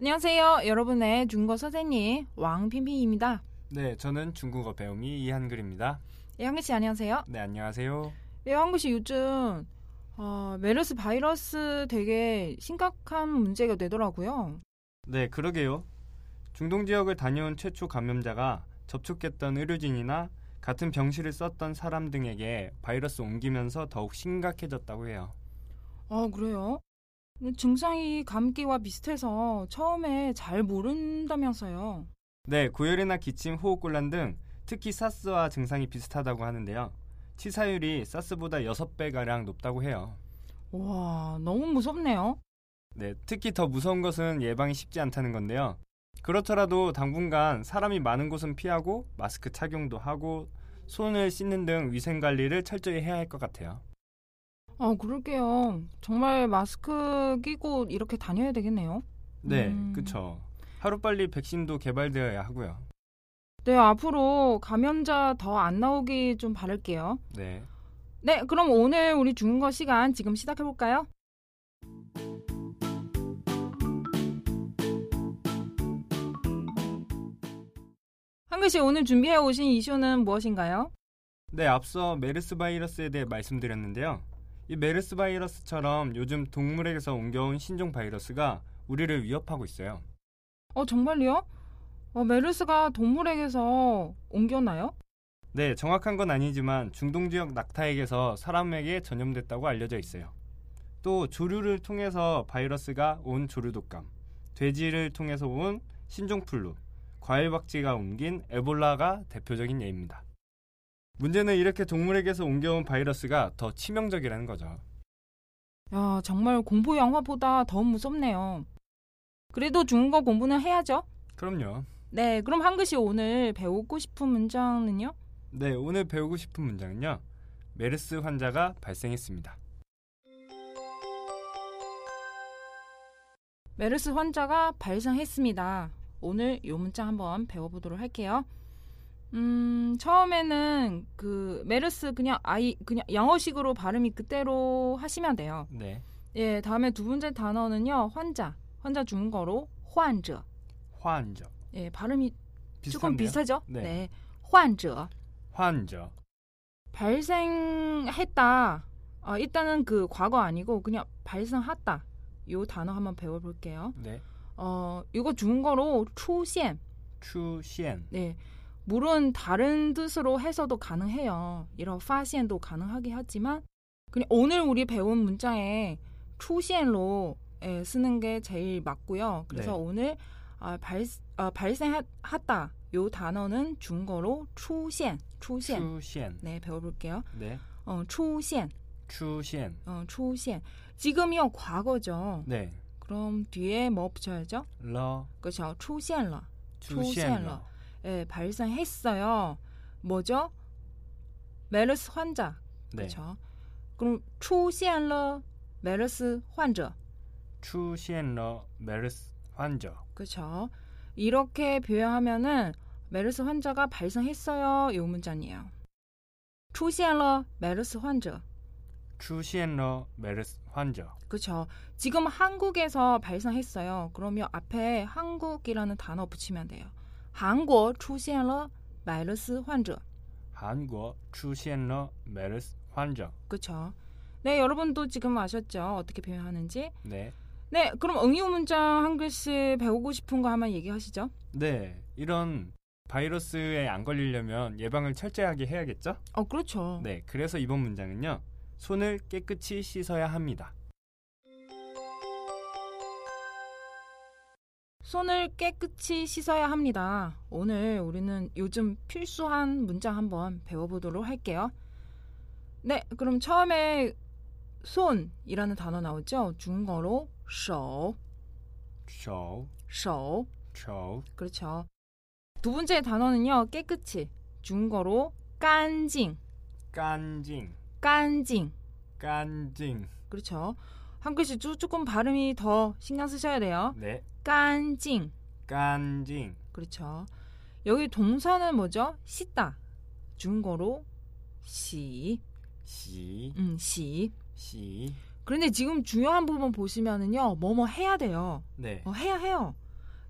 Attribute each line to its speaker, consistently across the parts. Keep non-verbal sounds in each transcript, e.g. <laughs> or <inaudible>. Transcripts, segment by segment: Speaker 1: 안녕하세요. 여러분의 중국어 선생님 왕피민입니다.
Speaker 2: 네, 저는 중국어 배우미 이한글입니다.
Speaker 1: 예, 한글 씨 안녕하세요.
Speaker 2: 네, 안녕하세요.
Speaker 1: 예, 한글 씨 요즘 어, 메르스 바이러스 되게 심각한 문제가 되더라고요.
Speaker 2: 네, 그러게요. 중동 지역을 다녀온 최초 감염자가 접촉했던 의료진이나 같은 병실을 썼던 사람 등에게 바이러스 옮기면서 더욱 심각해졌다고 해요.
Speaker 1: 아, 그래요? 음, 증상이 감기와 비슷해서 처음에 잘 모른다면서요.
Speaker 2: 네, 고열이나 기침, 호흡곤란 등 특히 사스와 증상이 비슷하다고 하는데요. 치사율이 사스보다 6배가량 높다고 해요.
Speaker 1: 와, 너무 무섭네요.
Speaker 2: 네, 특히 더 무서운 것은 예방이 쉽지 않다는 건데요. 그렇더라도 당분간 사람이 많은 곳은 피하고 마스크 착용도 하고 손을 씻는 등 위생 관리를 철저히 해야 할 것 같아요.
Speaker 1: 아, 그럴게요. 정말 마스크 끼고 이렇게 다녀야 되겠네요.
Speaker 2: 네,
Speaker 1: 음.
Speaker 2: 그쵸. 하루빨리 백신도 개발되어야 하고요.
Speaker 1: 네, 앞으로 감염자 더 안 나오기 좀 바랄게요.
Speaker 2: 네,
Speaker 1: 네, 그럼 오늘 우리 중국어 시간 지금 시작해볼까요? 한글씨 오늘 준비해 오신 이슈는 무엇인가요?
Speaker 2: 네, 앞서 메르스 바이러스에 대해 말씀드렸는데요. 이 메르스 바이러스처럼 요즘 동물에게서 옮겨온 신종 바이러스가 우리를 위협하고 있어요.
Speaker 1: 어, 정말요? 어, 메르스가 동물에게서 옮겨나요?
Speaker 2: 네, 정확한 건 아니지만 중동 지역 낙타에게서 사람에게 전염됐다고 알려져 있어요. 또 조류를 통해서 바이러스가 온 조류독감, 돼지를 통해서 온 신종플루, 과일박쥐가 옮긴 에볼라가 대표적인 예입니다. 문제는 이렇게 동물에게서 옮겨온 바이러스가 더 치명적이라는 거죠.
Speaker 1: 야, 정말 공포 영화보다 더 무섭네요. 그래도 중국어 공부는 해야죠.
Speaker 2: 그럼요.
Speaker 1: 네, 그럼 한글씨 오늘 배우고 싶은 문장은요?
Speaker 2: 네, 오늘 배우고 싶은 문장은요. 메르스 환자가 발생했습니다.
Speaker 1: 메르스 환자가 발생했습니다. 오늘 요 문자 한번 배워보도록 할게요. 음, 처음에는 그 메르스 그냥 아이 그냥 영어식으로 발음이 그대로 하시면 돼요.
Speaker 2: 네,
Speaker 1: 예, 다음에 두 번째 단어는요. 환자. 환자 중국어로 환자.
Speaker 2: 환자.
Speaker 1: 예, 발음이 조금
Speaker 2: 비슷한데요?
Speaker 1: 비슷하죠?
Speaker 2: 네.
Speaker 1: 환자.
Speaker 2: 환자.
Speaker 1: 발생했다. 어, 일단은 그 과거 아니고 그냥 발생했다. 요 단어 한번 배워 볼게요.
Speaker 2: 네,
Speaker 1: 어, 이거 중국어로 출现.
Speaker 2: 추시엔.
Speaker 1: 네. 물론 다른 뜻으로 해서도 가능해요. 이런 파시엔도 가능하긴 하지만 그냥 오늘 우리 배운 문장에 초시엔로 예, 쓰는 게 제일 맞고요. 그래서
Speaker 2: 네.
Speaker 1: 오늘 아, 발, 아, 발생했다 요 단어는 중국어로 초시엔, 초시엔.
Speaker 2: 추시엔.
Speaker 1: 네, 배워볼게요.
Speaker 2: 네.
Speaker 1: 어, 초시엔,
Speaker 2: 추시엔.
Speaker 1: 어, 초시엔. 지금이요 과거죠.
Speaker 2: 네.
Speaker 1: 그럼 뒤에 뭐 붙여야죠?
Speaker 2: 러
Speaker 1: 그렇죠. 초시엔러.
Speaker 2: 추시엔
Speaker 1: 추시엔了. 예, 발생했어요. 뭐죠? 메르스 환자.
Speaker 2: 네.
Speaker 1: 그렇죠. 그럼 出现了 메르스 환자.
Speaker 2: 추시엔 러 메르스 환자.
Speaker 1: 그렇죠. 이렇게 표현하면은 메르스 환자가 발생했어요. 요 문장이에요. 出现了 메르스 환자.
Speaker 2: 추시엔 러 메르스 환자.
Speaker 1: 그렇죠. 지금 한국에서 발생했어요. 그러면 앞에 한국이라는 단어 붙이면 돼요. 한국 出现了 메르스 환자.
Speaker 2: 한국 추시엔 러 메르스 환자.
Speaker 1: 그렇죠. 네, 여러분도 지금 아셨죠? 어떻게 표현하는지.
Speaker 2: 네.
Speaker 1: 네, 그럼 응용 문장 한 글씩 배우고 싶은 거 한번 얘기하시죠.
Speaker 2: 네. 이런 바이러스에 안 걸리려면 예방을 철저하게 해야겠죠?
Speaker 1: 어, 그렇죠.
Speaker 2: 네. 그래서 이번 문장은요. 손을 깨끗이 씻어야 합니다.
Speaker 1: 손을 깨끗이 씻어야 합니다. 오늘 우리는 요즘 필수한 문장 한번 배워보도록 할게요. 네, 그럼 처음에 손이라는 단어 나오죠? 중국어로 手,
Speaker 2: 쇼
Speaker 1: 手.
Speaker 2: 쇼
Speaker 1: 그렇죠. 두 번째 단어는요. 깨끗이 중거로 깐징,
Speaker 2: 깐징,
Speaker 1: 깐징.
Speaker 2: 깐징.
Speaker 1: 그렇죠. 한 글씨 쭉 조금 발음이 더 신경 쓰셔야 돼요.
Speaker 2: 네,
Speaker 1: 깐징.
Speaker 2: 깐징.
Speaker 1: 그렇죠. 여기 동사는 뭐죠? 씻다. 중거로 시.
Speaker 2: 시,
Speaker 1: 음, 시.
Speaker 2: 시.
Speaker 1: 그런데 지금 중요한 부분 보시면은요. 뭐뭐 해야 돼요.
Speaker 2: 네,
Speaker 1: 어, 해야 해요.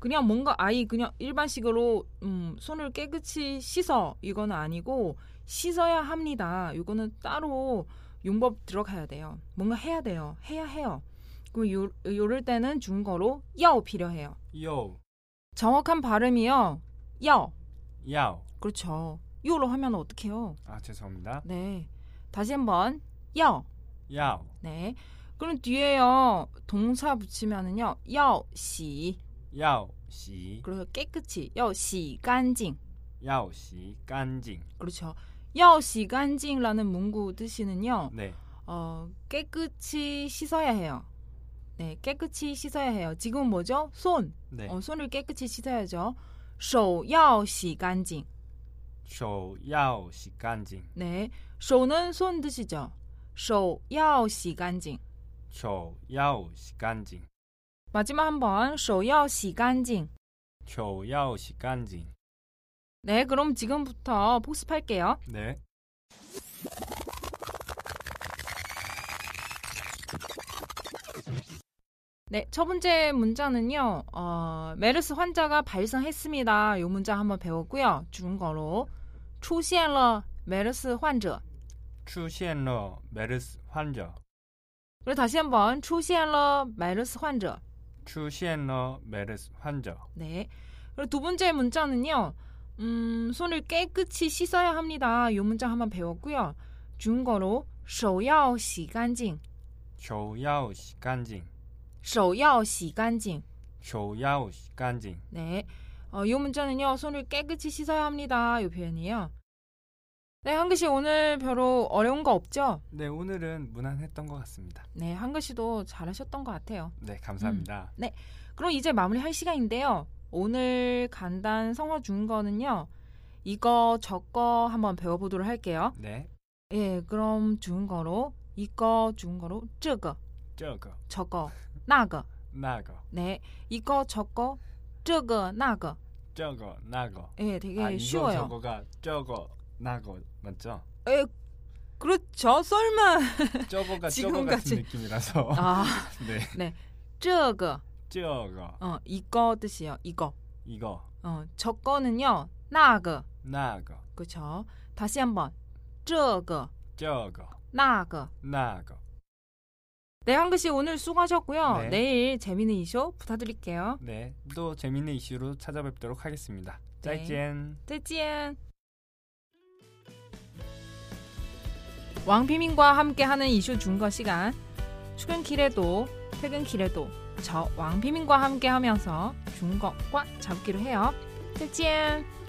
Speaker 1: 그냥 뭔가 아이 그냥 일반식으로 음, 손을 깨끗이 씻어 이거는 아니고 씻어야 합니다. 이거는 따로 용법 들어가야 돼요. 뭔가 해야 돼요. 해야 해요. 그럼 요, 요럴 때는 중거로 여 필요해요.
Speaker 2: 요,
Speaker 1: 정확한 발음이요. 여.
Speaker 2: 야오.
Speaker 1: 그렇죠. 요로 하면 어떡해요?
Speaker 2: 아 죄송합니다.
Speaker 1: 네. 다시 한번 여.
Speaker 2: 야오,
Speaker 1: 네. 그럼 뒤에요. 동사 붙이면은요. 여시.
Speaker 2: 야오 시,
Speaker 1: 그래서 깨끗이 여시 간징.
Speaker 2: 야오 시, 깐징.
Speaker 1: 그렇죠. 여시 간징라는 문구 뜻이는요.
Speaker 2: 네,
Speaker 1: 어, 깨끗이 씻어야 해요. 네, 깨끗이 씻어야 해요. 지금 뭐죠? 손.
Speaker 2: 네.
Speaker 1: 어, 손을 깨끗이 씻어야죠. 手要洗干净.
Speaker 2: 쇼, 야오 시, 깐징.
Speaker 1: 네. 手는 손 뜻이죠. 手要洗干净.
Speaker 2: 쇼, 야오 시, 깐징.
Speaker 1: 마지막 한번 手要洗干净.
Speaker 2: 쇼, 야오 시, 깐징.
Speaker 1: 네, 그럼 지금부터 복습할게요.
Speaker 2: 네,
Speaker 1: 네, 첫 번째 문자는요. 어, 메르스 환자가 발생했습니다. 요 문자 한번 배웠고요. 중국어로 出现了 메르스 환자.
Speaker 2: 출시엔러 메르스 환자.
Speaker 1: 그리고 다시 한번 出现了 메르스 환자.
Speaker 2: 출시엔러 메르스 환자.
Speaker 1: 네. 그리고 두 번째 문자는요. 음, 손을 깨끗이 씻어야 합니다. 요 문자 한번 배웠고요. 중국어로 手要洗干净.
Speaker 2: 쇼, 야오 시, 깐징.
Speaker 1: 手要洗干净.
Speaker 2: 쇼, 야오 시, 깐징.
Speaker 1: 네. 어, 이 문자는요, 손을 깨끗이 씻어야 합니다. 이 표현이에요. 네, 한글씨 오늘 별로 어려운 거 없죠?
Speaker 2: 네, 오늘은 무난했던 것 같습니다.
Speaker 1: 네, 한글씨도 잘하셨던 것 같아요.
Speaker 2: 네, 감사합니다.
Speaker 1: 그럼 이제 마무리할 시간인데요. 오늘 간단 성어 중거는요, 이거 저거 한번 배워보도록 할게요.
Speaker 2: 네,
Speaker 1: 예, 그럼 중거로 이거 중거로 저거
Speaker 2: 저거,
Speaker 1: 저거 나거
Speaker 2: 나거,
Speaker 1: 네, 이거 저거 저거 나거
Speaker 2: 저거, 나거.
Speaker 1: 예, 되게
Speaker 2: 아, 이거
Speaker 1: 쉬워요.
Speaker 2: 저거가 저거, 나거
Speaker 1: <laughs>
Speaker 2: 맞죠?
Speaker 1: 예, 그렇죠. 설마
Speaker 2: <laughs> 저거가 저거
Speaker 1: 지금까지.
Speaker 2: 같은 느낌이라서.
Speaker 1: 아,
Speaker 2: <laughs> 네,
Speaker 1: 这个,
Speaker 2: 저거,
Speaker 1: 어, 이거 뜻이에요. 이거.
Speaker 2: 이거,
Speaker 1: 어, 저거는요. 那个.
Speaker 2: 나거,
Speaker 1: 그렇죠. 다시 한번. 这个,
Speaker 2: 저거,
Speaker 1: 那个.
Speaker 2: 나거.
Speaker 1: 네, 한글씨 오늘 수고하셨고요.
Speaker 2: 네.
Speaker 1: 내일 재미있는 이쇼 부탁드릴게요.
Speaker 2: 네, 또 재밌는 이슈로 찾아뵙도록 하겠습니다.
Speaker 1: 네.
Speaker 2: 짜이젠.
Speaker 1: 再见. 왕피민과 함께하는 이슈 중거 시간. 출근길에도 퇴근길에도 저 왕피민과 함께하면서 중거과 잡기로 해요. 再见.